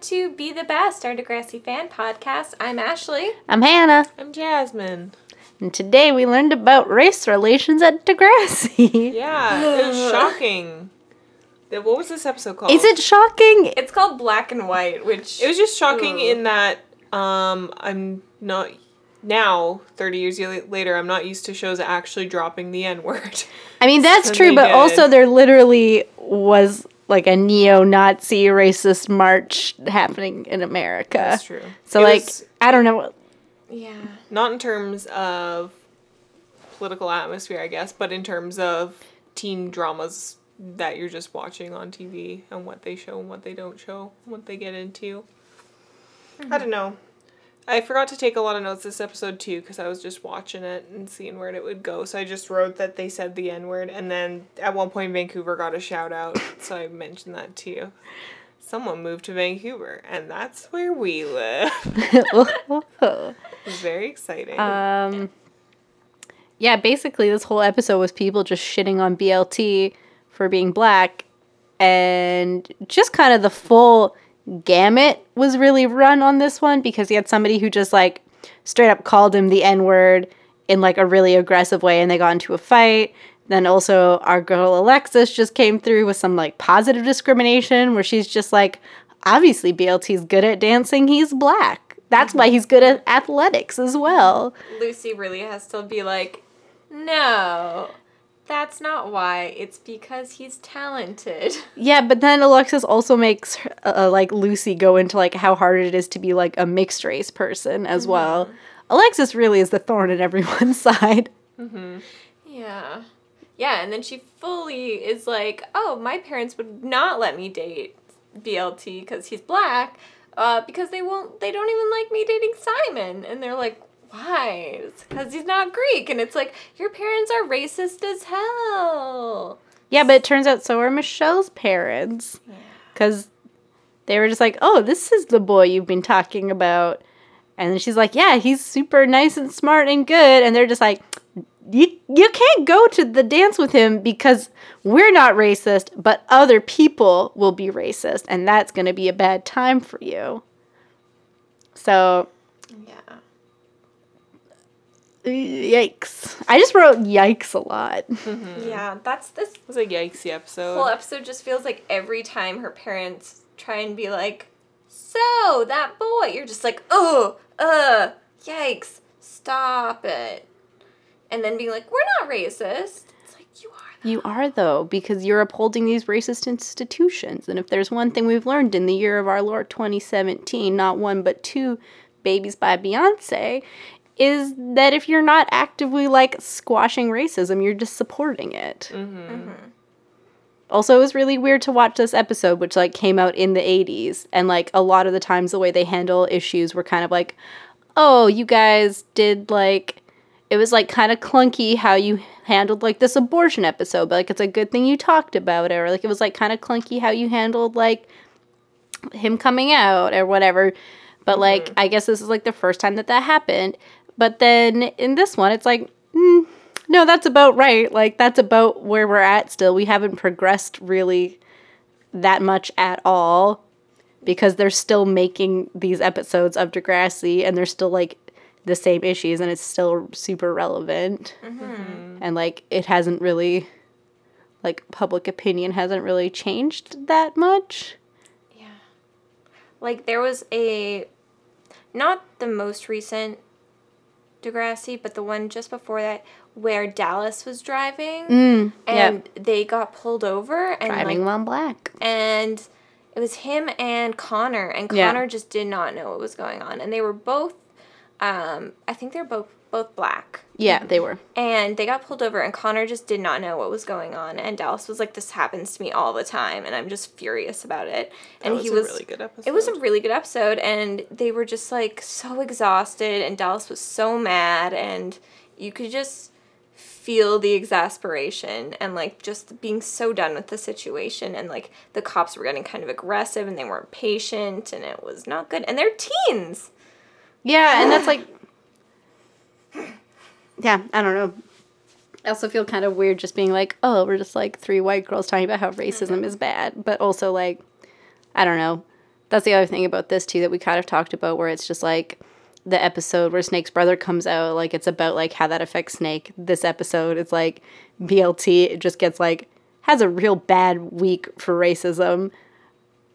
to Be the Best, our Degrassi fan podcast. I'm Ashley. I'm Hannah, I'm Jasmine. and today we learned about race relations at Degrassi. Yeah, it was shocking. The- What was this episode called? Is it shocking? It's called Black and White, which It was just shocking Ooh. in that um, I'm not now thirty years y- later. I'm not used to shows actually dropping the N word. I mean, that's Something true, but good. also there literally was like a neo-Nazi racist march happening in America. That's true. So It like, was I don't know. yeah, not in terms of political atmosphere, I guess, but in terms of teen dramas that you're just watching on TV and what they show and what they don't show, what they get into. I don't know. I forgot to take a lot of notes this episode too because I was just watching it and seeing where it would go. So I just wrote that they said the N word, and then at one point Vancouver got a shout out, so I mentioned that too. Someone moved to Vancouver, and that's where we live. It's very exciting. um, yeah, basically this whole episode was people just shitting on BLT for being black, and just kind of the full gamut was really run on this one because he had somebody who just like straight up called him the N word in like a really aggressive way, and they got into a fight. Then also our girl Alexis just came through with some like positive discrimination where she's just like, obviously BLT's good at dancing, he's black. That's why he's good at athletics as well. Lucy really has to be like, no, that's not why. It's because he's talented. Yeah, but then Alexis also makes her- uh, like Lucy go into like how hard it is to be like a mixed race person as well. Alexis really is the thorn in everyone's side. Yeah. Yeah, and then she fully is like, oh, my parents would not let me date BLT because he's black, uh, because they won't, they don't even like me dating Simon. And they're like, why? Because he's not Greek. And it's like, your parents are racist as hell. Yeah, but it turns out so are Michelle's parents. Yeah. Because they were just like, oh, this is the boy you've been talking about. And then she's like, yeah, he's super nice and smart and good. And they're just like, you, you can't go to the dance with him because we're not racist, but other people will be racist. And that's going to be a bad time for you. So, Yeah. yikes. I just wrote yikes a lot. Yeah, that's this It was a yikesy episode. whole episode just feels like every time her parents try and be like, so that boy, you're just like, oh, uh, yikes, stop it. And then being like, we're not racist. It's like, you are. You are, though, because you're upholding these racist institutions. And if there's one thing we've learned in the year of our Lord 2017, not one but two babies by Beyonce, is that if you're not actively like squashing racism, you're just supporting it. Mm-hmm. Also, it was really weird to watch this episode, which like came out in the 80s. And like a lot of the times, the way they handle issues were kind of like, oh, you guys did like it was like kind of clunky how you handled like this abortion episode, but like it's a good thing you talked about it, or like it was like kind of clunky how you handled like him coming out or whatever. But like, I guess this is like the first time that that happened. But then in this one, it's like, mm, no, that's about right. Like, that's about where we're at still. We haven't progressed really that much at all because they're still making these episodes of Degrassi and they're still like the same issues and it's still super relevant. And like it hasn't really like public opinion hasn't really changed that much. Like, there was a, not the most recent Degrassi, but the one just before that, where Dallas was driving Mm, and they got pulled over and like, Driving while black. and it was him and Connor, and Yeah. Connor just did not know what was going on, and they were both, um, I think they're both both black, Yeah, they were. and they got pulled over, and Connor just did not know what was going on, and Dallas was like, "This happens to me all the time, and I'm just furious about it," and That was he a was. really good episode. it was a really good episode, and they were just like so exhausted, and Dallas was so mad, and you could just feel the exasperation and like just being so done with the situation and like the cops were getting kind of aggressive and they weren't patient and it was not good and they're teens Yeah, and that's like Yeah, I don't know. I also feel kind of weird just being like, oh, Mm-hmm. we're just like three white girls talking about how racism is bad, but also like I don't know. That's the other thing about this too that we kind of talked about where it's just like the episode where Snake's brother comes out, like it's about like how that affects Snake. This episode it's like BLT it just gets like has a real bad week for racism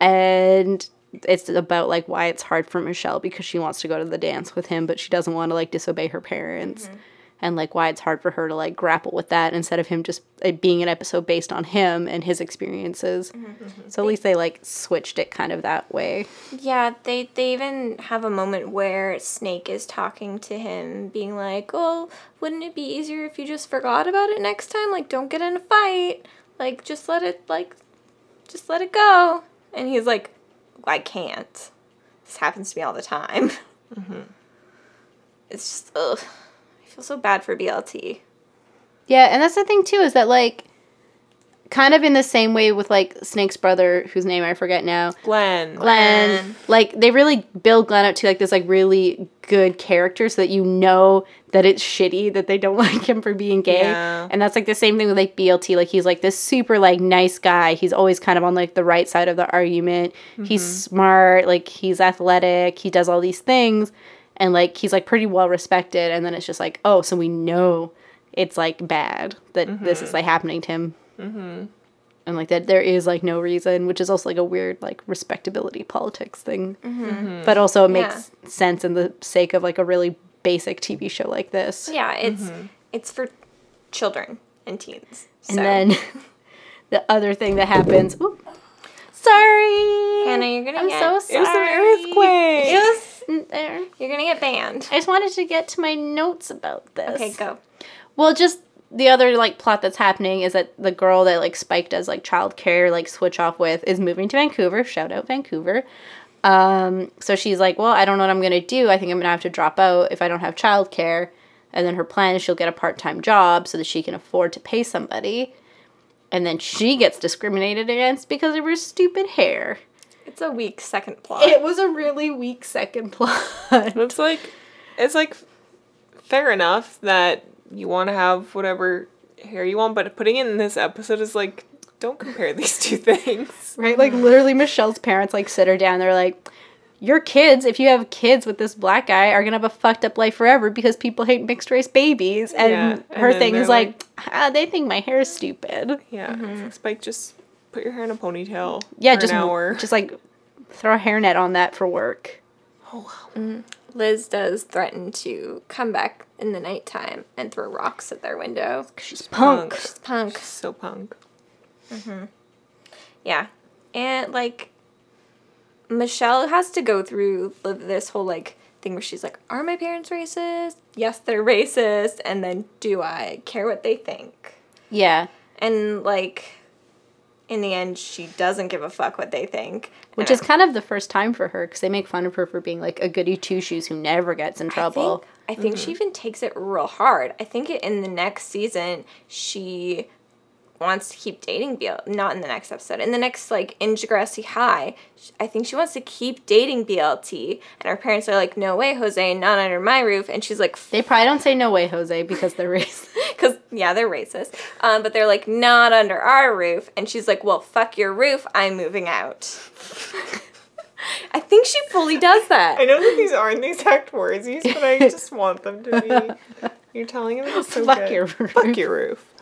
and it's about like why it's hard for Michelle because she wants to go to the dance with him but she doesn't want to like disobey her parents and like why it's hard for her to like grapple with that instead of him just it being an episode based on him and his experiences. So at least they like switched it kind of that way. Yeah, they they even have a moment where Snake is talking to him, being like, "Oh, wouldn't it be easier if you just forgot about it next time? Like, don't get in a fight. Like, just let it like, just let it go." And he's like, "I can't. This happens to me all the time." Mm-hmm. It's just ugh. I feel so bad for BLT. Yeah, and that's the thing too is that like kind of in the same way with like Snake's brother whose name I forget now. Glenn. Glenn, Glenn. like they really build Glenn up to like this like really good character so that you know that it's shitty that they don't like him for being gay. Yeah. And that's like the same thing with like BLT. Like he's like this super like nice guy. He's always kind of on like the right side of the argument. He's smart, like he's athletic, he does all these things and like he's like pretty well respected and then it's just like, oh, so we know it's like bad that this is like happening to him and like that there is like no reason which is also like a weird like respectability politics thing Mm-hmm. but also it makes sense in the sake of like a really basic tv show like this Yeah, it's it's for children and teens. So. Mm-hmm. and then the other thing that happens oop, sorry Hannah, you're gonna i'm get so It was an sorry earthquake. Yes. Mm, there You're gonna get banned. i just wanted to get to my notes about this Okay, go. Well, just the other like plot that's happening is that the girl that like Spike does like childcare like switch off with is moving to Vancouver. Shout out Vancouver. Um, so she's like, well, I don't know what I'm gonna do. I think I'm gonna have to drop out if I don't have childcare. And then her plan is she'll get a part time job so that she can afford to pay somebody. And then she gets discriminated against because of her stupid hair. It's a weak second plot. It was a really weak second plot. It's like, it's like, fair enough that you want to have whatever hair you want, but putting it in this episode is like, don't compare these two things. right? Like literally, Michelle's parents like sit her down. They're like, "Your kids, if you have kids with this black guy, are gonna have a fucked up life forever because people hate mixed race babies." And Yeah, and her then thing they're is like, ah, "They think my hair is stupid." Yeah, it's like, Spike, just put your hair in a ponytail. Yeah, for just an hour. just like throw a hairnet on that for work. Liz does threaten to come back in the nighttime and throw rocks at their window. She's punk. punk. It's punk. so punk. Yeah. And like Michelle has to go through li- this whole like thing where she's like, "Are my parents racist? Yes, they're racist." And then, "Do I care what they think?" Yeah, And like in the end, she doesn't give a fuck what they think. which And is kind of the first time for her because they make fun of her for being like a goody two shoes who never gets in trouble. I think, I think she even takes it real hard. I think it, in the next season she wants to keep dating BL. Not in the next episode. In the next like in Degrassi High, sh- I think she wants to keep dating BLT, and her parents are like, "No way, Jose, not under my roof." And she's like, They probably don't say no way, Jose, because they're racist. because yeah, they're racist. Um, but they're like, "Not under our roof," and she's like, "Well, fuck your roof. I'm moving out." I think she fully does that. I know that these aren't the exact words used, but I just want them to be. You're telling him it's so Fuck good. your Fuck roof. your roof.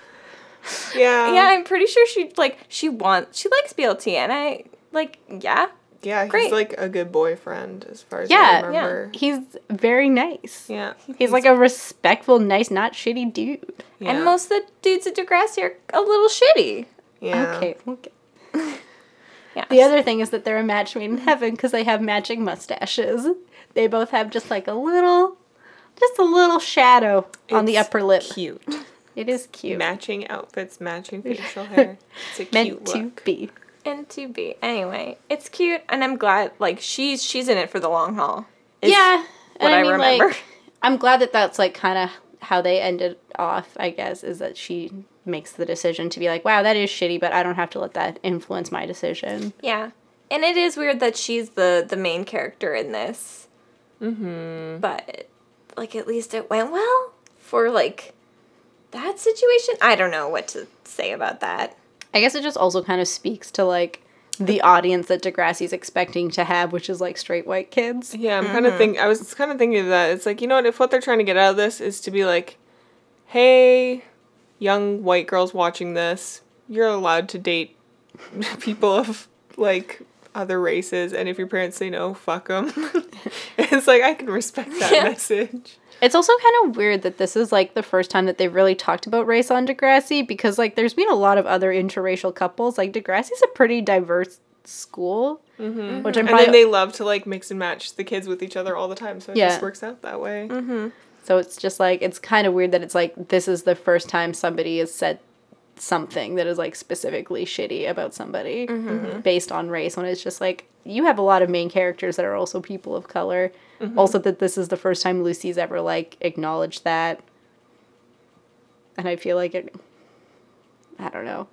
Yeah. Yeah, I'm pretty sure she like she wants she likes BLT, and I like yeah. Yeah, he's Great. like a good boyfriend as far as I Yeah, remember. he's very nice. Yeah. He's like a respectful, nice, not shitty dude. yeah. And most of the dudes at Degrassi are a little shitty. yeah. Okay, okay. Yeah. The other thing is that they're a match made in heaven because they have matching mustaches. They both have just like a little, just a little shadow on the It's upper lip. Cute. It is cute. Matching outfits, matching facial hair. It's a Meant cute to look. be. and to be anyway, it's cute, and I'm glad like she's she's in it for the long haul. is yeah, what I, remember. like, I'm glad that that's like kind of how they ended off. I guess is that she makes the decision to be like, wow, that is shitty, but I don't have to let that influence my decision. yeah, and it is weird that she's the the main character in this. Mm-hmm. But like at least it went well for like that situation. I don't know what to say about that. I guess it just also kind of speaks to like the audience that Degrassi's expecting to have, which is like straight white kids. Yeah, I'm Mm-hmm. kind of think I was kind of thinking of that. It's like you know what? If what they're trying to get out of this is to be like, hey, young white girls watching this, you're allowed to date people of like other races, and if your parents say no, fuck them. it's like I can respect that Yeah. message. It's also kind of weird that this is like the first time that they've really talked about race on Degrassi because like there's been a lot of other interracial couples. Like Degrassi's a pretty diverse school, which I'm Mm-hmm. And then probably they love to like mix and match the kids with each other all the time, so it Yeah. just works out that way. Mm-hmm. so it's just like it's kind of weird that it's like this is the first time somebody has said something that is like specifically shitty about somebody based on race when it's just like you have a lot of main characters that are also people of color. Also that this is the first time Lucy's ever like acknowledged that. And I feel like it I don't know.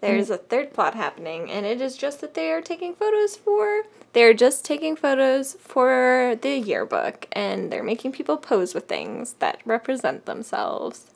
There's a third plot happening, and it is just that they are taking photos for. They're just taking photos for the yearbook, and they're making people pose with things that represent themselves.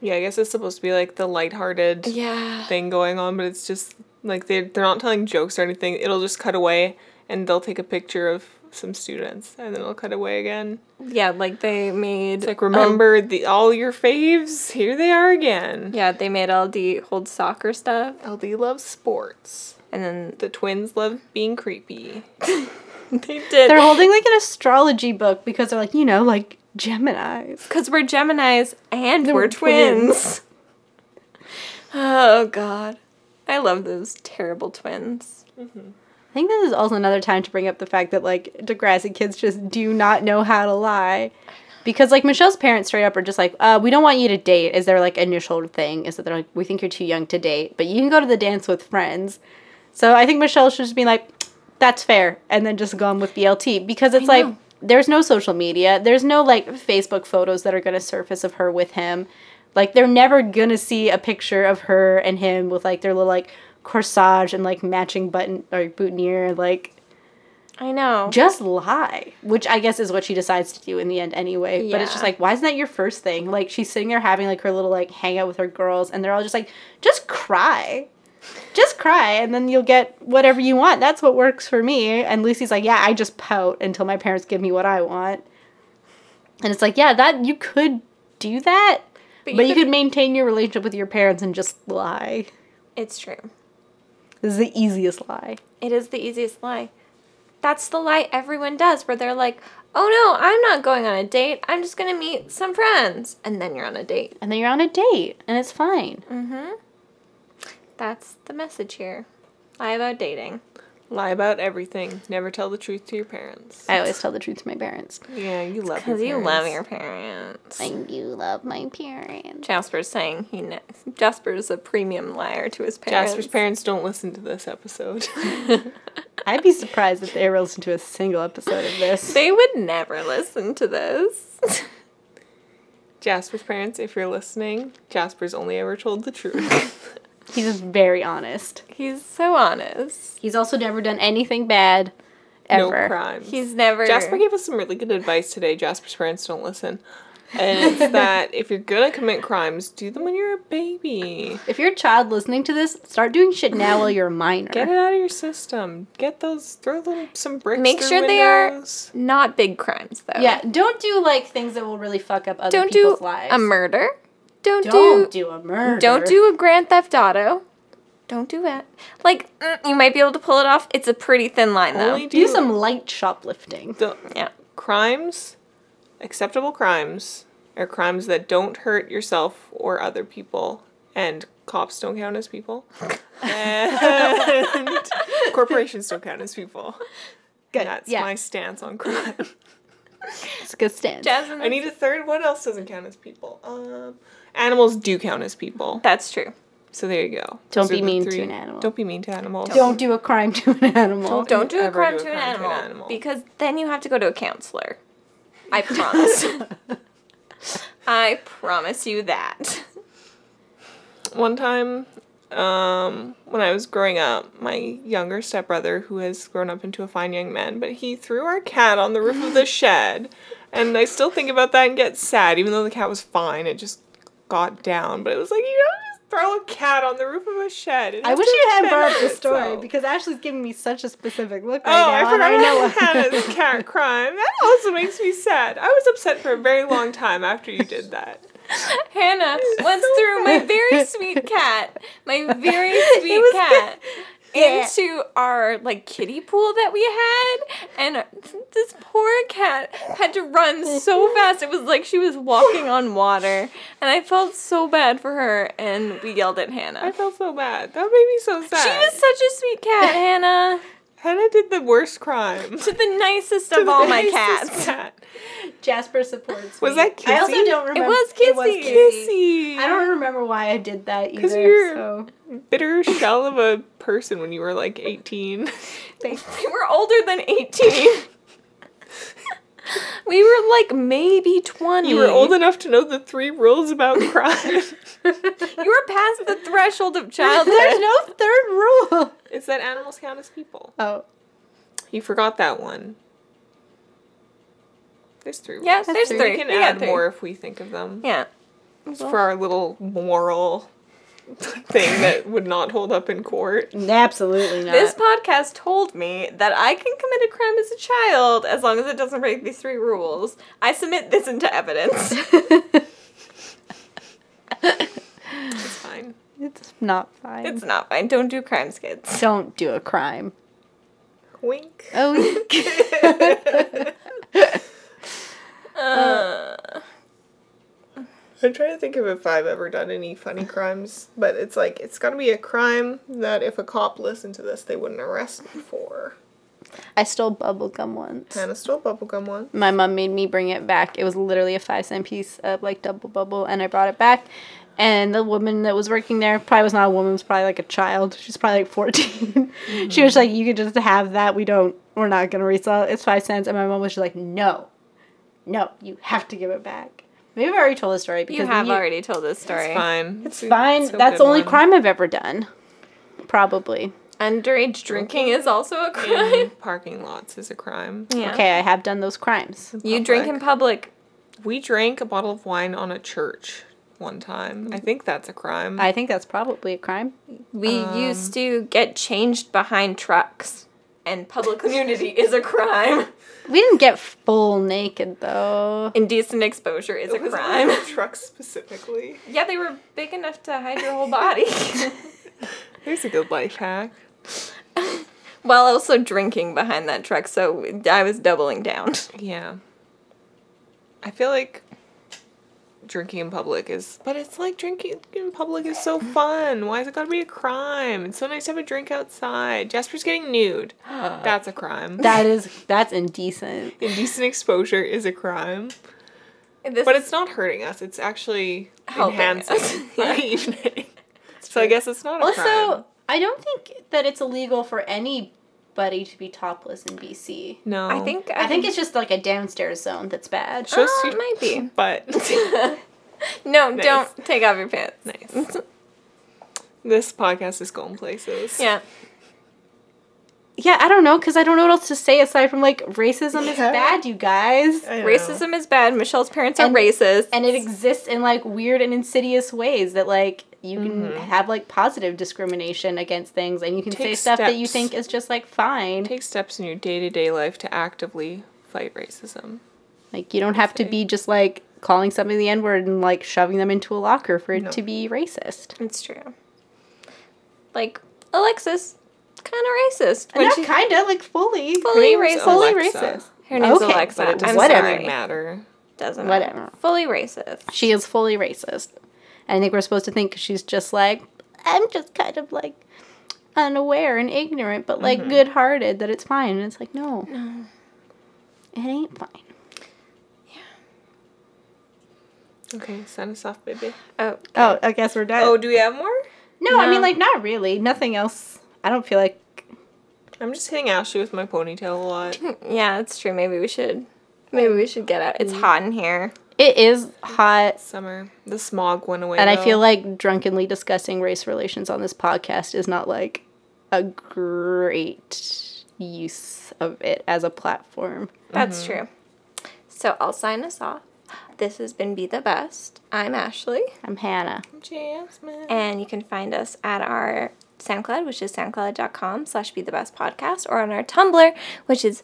Yeah, I guess it's supposed to be like the lighthearted Yeah. thing going on, but it's just like they they're not telling jokes or anything. It'll just cut away and they'll take a picture of some students and then it'll cut away again. Yeah, like they made. It's like remember the all your faves, here they are again. yeah, they made LD hold soccer stuff, LD loves sports. and then The twins love being creepy. they did. They're holding like an astrology book because they're like, you know, like Geminis. Because we're Geminis and They we're were twins. oh, God. I love those terrible twins. I think this is also another time to bring up the fact that like Degrassi kids just do not know how to lie. Because like Michelle's parents straight up are just like, uh, we don't want you to date is their like initial thing, is that they're like, we think you're too young to date, but you can go to the dance with friends. So I think Michelle should just be like, that's fair, and then just gone with BLT because it's I like know. there's no social media, there's no like Facebook photos that are gonna surface of her with him. Like they're never gonna see a picture of her and him with like their little like corsage and like matching button or boutonniere. Like I know. just lie, which I guess is what she decides to do in the end anyway. But it's just Yeah. like, why isn't that your first thing? Like she's sitting there having like her little like hangout with her girls, and they're all just like, just cry, just cry, and then you'll get whatever you want. That's what works for me. And Lucy's like, yeah, I just pout until my parents give me what I want. And it's like, yeah, that you could do that, but you, could maintain your relationship with your parents and just lie. It's true. This is the easiest lie. It is the easiest lie. That's the lie everyone does, where they're like, oh no, I'm not going on a date. I'm just going to meet some friends. And then you're on a date. And then you're on a date, and it's fine. That's the message here. Lie about dating. Lie about everything. Never tell the truth to your parents. I always tell the truth to my parents. Yeah, you love Because you your love parents. your parents. I do love my parents. Jasper's saying he kn- Jasper's a premium liar to his parents. Jasper's parents don't listen to this episode. I'd be surprised if they ever listened to a single episode of this. They would never listen to this. Jasper's parents, if you're listening, Jasper's only ever told the truth. He's just very honest. He's so honest. He's also never done anything bad, ever. No crimes. He's never. Jasper gave us some really good advice today. Jasper's parents don't listen. And it's that if you're gonna commit crimes, do them when you're a baby. If you're a child listening to this, start doing shit now while you're a minor. Get it out of your system. Get those throw little some bricks. Make through sure they are- windows. not big crimes though. Yeah, don't do like things that will really fuck up other Don't do people's lives. a murder. Don't, Don't do. do a murder. Don't do a grand theft auto. Don't do it. Like mm, you might be able to pull it off. It's a pretty thin line though. Only do, do some light shoplifting. the yeah. crimes, acceptable crimes, are crimes that don't hurt yourself or other people. And cops don't count as people. And corporations don't count as people. Good. That's yeah, my stance on crime. it's a good stance. Jasmine. I need a third. What else doesn't count as people? Um, animals do count as people. That's true. So there you go. Don't Those be are the mean to an animal. Don't be mean to animals. don't do a crime to an animal. Don't do a ever crime, do to, an animal, because then you have to go to a counselor. I promise. I promise you that. One time, um, when I was growing up, my younger stepbrother, who has grown up into a fine young man, but he threw our cat on the roof of the shed, and I still think about that and get sad. Even though the cat was fine, it just got down. But it was like you don't just throw a cat on the roof of a shed. It I has wish to you hadn't defend brought up the story itself. because Ashley's giving me such a specific look right Oh, now. I and forgot know about Hannah's cat crime. That also makes me sad. I was upset for a very long time after you did that. Hannah once threw my very sweet cat, my very sweet was cat, Yeah. into our like kiddie pool that we had, and this poor cat had to run so fast it was like she was walking on water, and I felt so bad for her, and we yelled at I Hannah. felt so bad. That made me so sad. She was such a sweet cat, Hannah. Hannah did the worst crime. To the nicest of all my Racist cats. cat. Jasper supports. Was me. that I also Kissy? don't remember. was Kissy. Kissy. I don't remember why I did that 'Cause either. you're- So bitter shell of a person when you were like 18. thank We were older than 18. we were like maybe 20. You were old enough to know the three rules about crime. You were past the threshold of There's childhood. no third rule. it's that animals count as people. Oh, You forgot that one. There's three rules. Yes, there's three. three. We can got add three. more if we think of them. Yeah. It's for our little moral thing that would not hold up in court. absolutely not. This podcast told me that I can commit a crime as a child as long as it doesn't break these three rules. I submit this into evidence. It's fine. it's not fine. it's not fine. Don't do crimes, kids. Don't do a crime. Wink. Oh, Uh, I'm trying to think of if I've ever done any funny crimes, but it's like it's got to be a crime that if a cop listened to this, they wouldn't arrest me for. I stole bubblegum once. Hannah stole bubblegum one. My mom made me bring it back. It was literally a five cent piece of like double bubble, and I brought it back. And the woman that was working there probably was not a woman; it was probably like a child. She's probably like 14 She was like, "You could just have that. We don't. We're not gonna resell. it. It's five cents." And my mom was just like, "No, no, you have to give it back." Maybe I already told the story because you have already told this story. Fine. It's fine. a That's good the only one. crime I've ever done. Probably. Underage drinking is also a crime. In parking lots is a crime. Yeah. Okay, I have done those crimes. You drink in public. We drank a bottle of wine on a church one time. I think that's a crime. I think that's probably a crime. We used to get changed behind trucks, and public nudity is a crime. We didn't get full naked though. Indecent exposure is a Was it crime. on a truck specifically. Yeah, they were big enough to hide your whole body. Here's a good life hack. While also drinking behind that truck, so I was doubling down. Yeah. I feel like drinking in public is, but it's like drinking in public is so fun. Why is it gotta be a crime? It's so nice to have a drink outside. Jasper's getting nude. That's a crime. That is that's indecent. Indecent exposure is a crime, This but it's not hurting us. It's actually Helping enhancing us. our evening. So I guess it's not a crime. Also, I don't think that it's illegal for anybody to be topless in BC. No, I think Oh. I think it's just like a downstairs zone that's bad. just Oh, it might be. But no. Nice. Don't take off your pants. nice. This podcast is going places. Yeah. Yeah, I don't know cuz I don't know what else to say aside from like racism is Yeah. Uh, bad, you guys. I know. Racism is bad. Michelle's parents are And- racist. And it exists in like weird and insidious ways that like you can have like positive discrimination against things and you can say Mm-hmm. Take stuff that you steps. think is just like fine. take steps in your day-to-day life to actively fight racism Like you don't have to be just like calling somebody the N word and like shoving them into a locker for it No. to be racist. It's true. Like Alexis, kind of racist. Not she- kinda, like fully. Fully Her name's racist. Fully Alexa. racist. her name's Okay, Alexa. but it doesn't I'm whatever. sorry. matter Doesn't matter. Whatever. Fully racist. She is fully racist. And I think we're supposed to think 'cause she's just like I'm just kind of like unaware and ignorant, but like good hearted that it's fine. And it's like, no. Mm-hmm. No. It ain't fine. okay send us off baby Oh, Oh, I guess we're done. oh do we have more no, I no. mean like not really. Nothing else. I don't feel like i'm just hitting ashley with my ponytail a lot yeah, that's true. Maybe we should. Maybe we should get out. It's Mm-hmm. hot in here. it is hot summer the smog went away And I though. feel like drunkenly discussing race relations on this podcast is not like a great use of it as a platform. Mm-hmm. That's true. So I'll sign us off. This has been Be the Best. I'm Ashley, I'm Hannah. Jasmine. and you can find us at our SoundCloud, which is soundcloud.com slash be the best podcast, or on our Tumblr, which is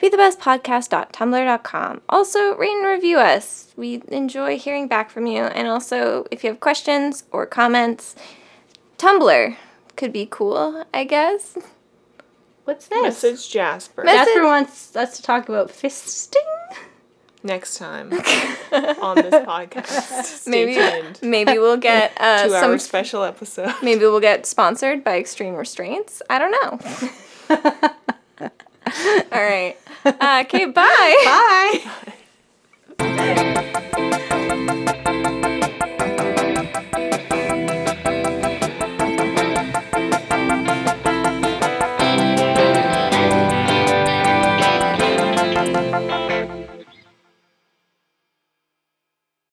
be the best podcast.tumblr.com. Also, rate and review us. We enjoy hearing back from you. And also, if you have questions or comments, Tumblr could be cool, I guess. What's this? Message Jasper Mes- Jasper Message- wants us to talk about fisting. next time on this podcast. Stay Maybe tuned. maybe we'll get uh, Two some hour special episode. Maybe we'll get sponsored by Extreme Restraints. I don't know. All right. Uh, okay, bye. Bye.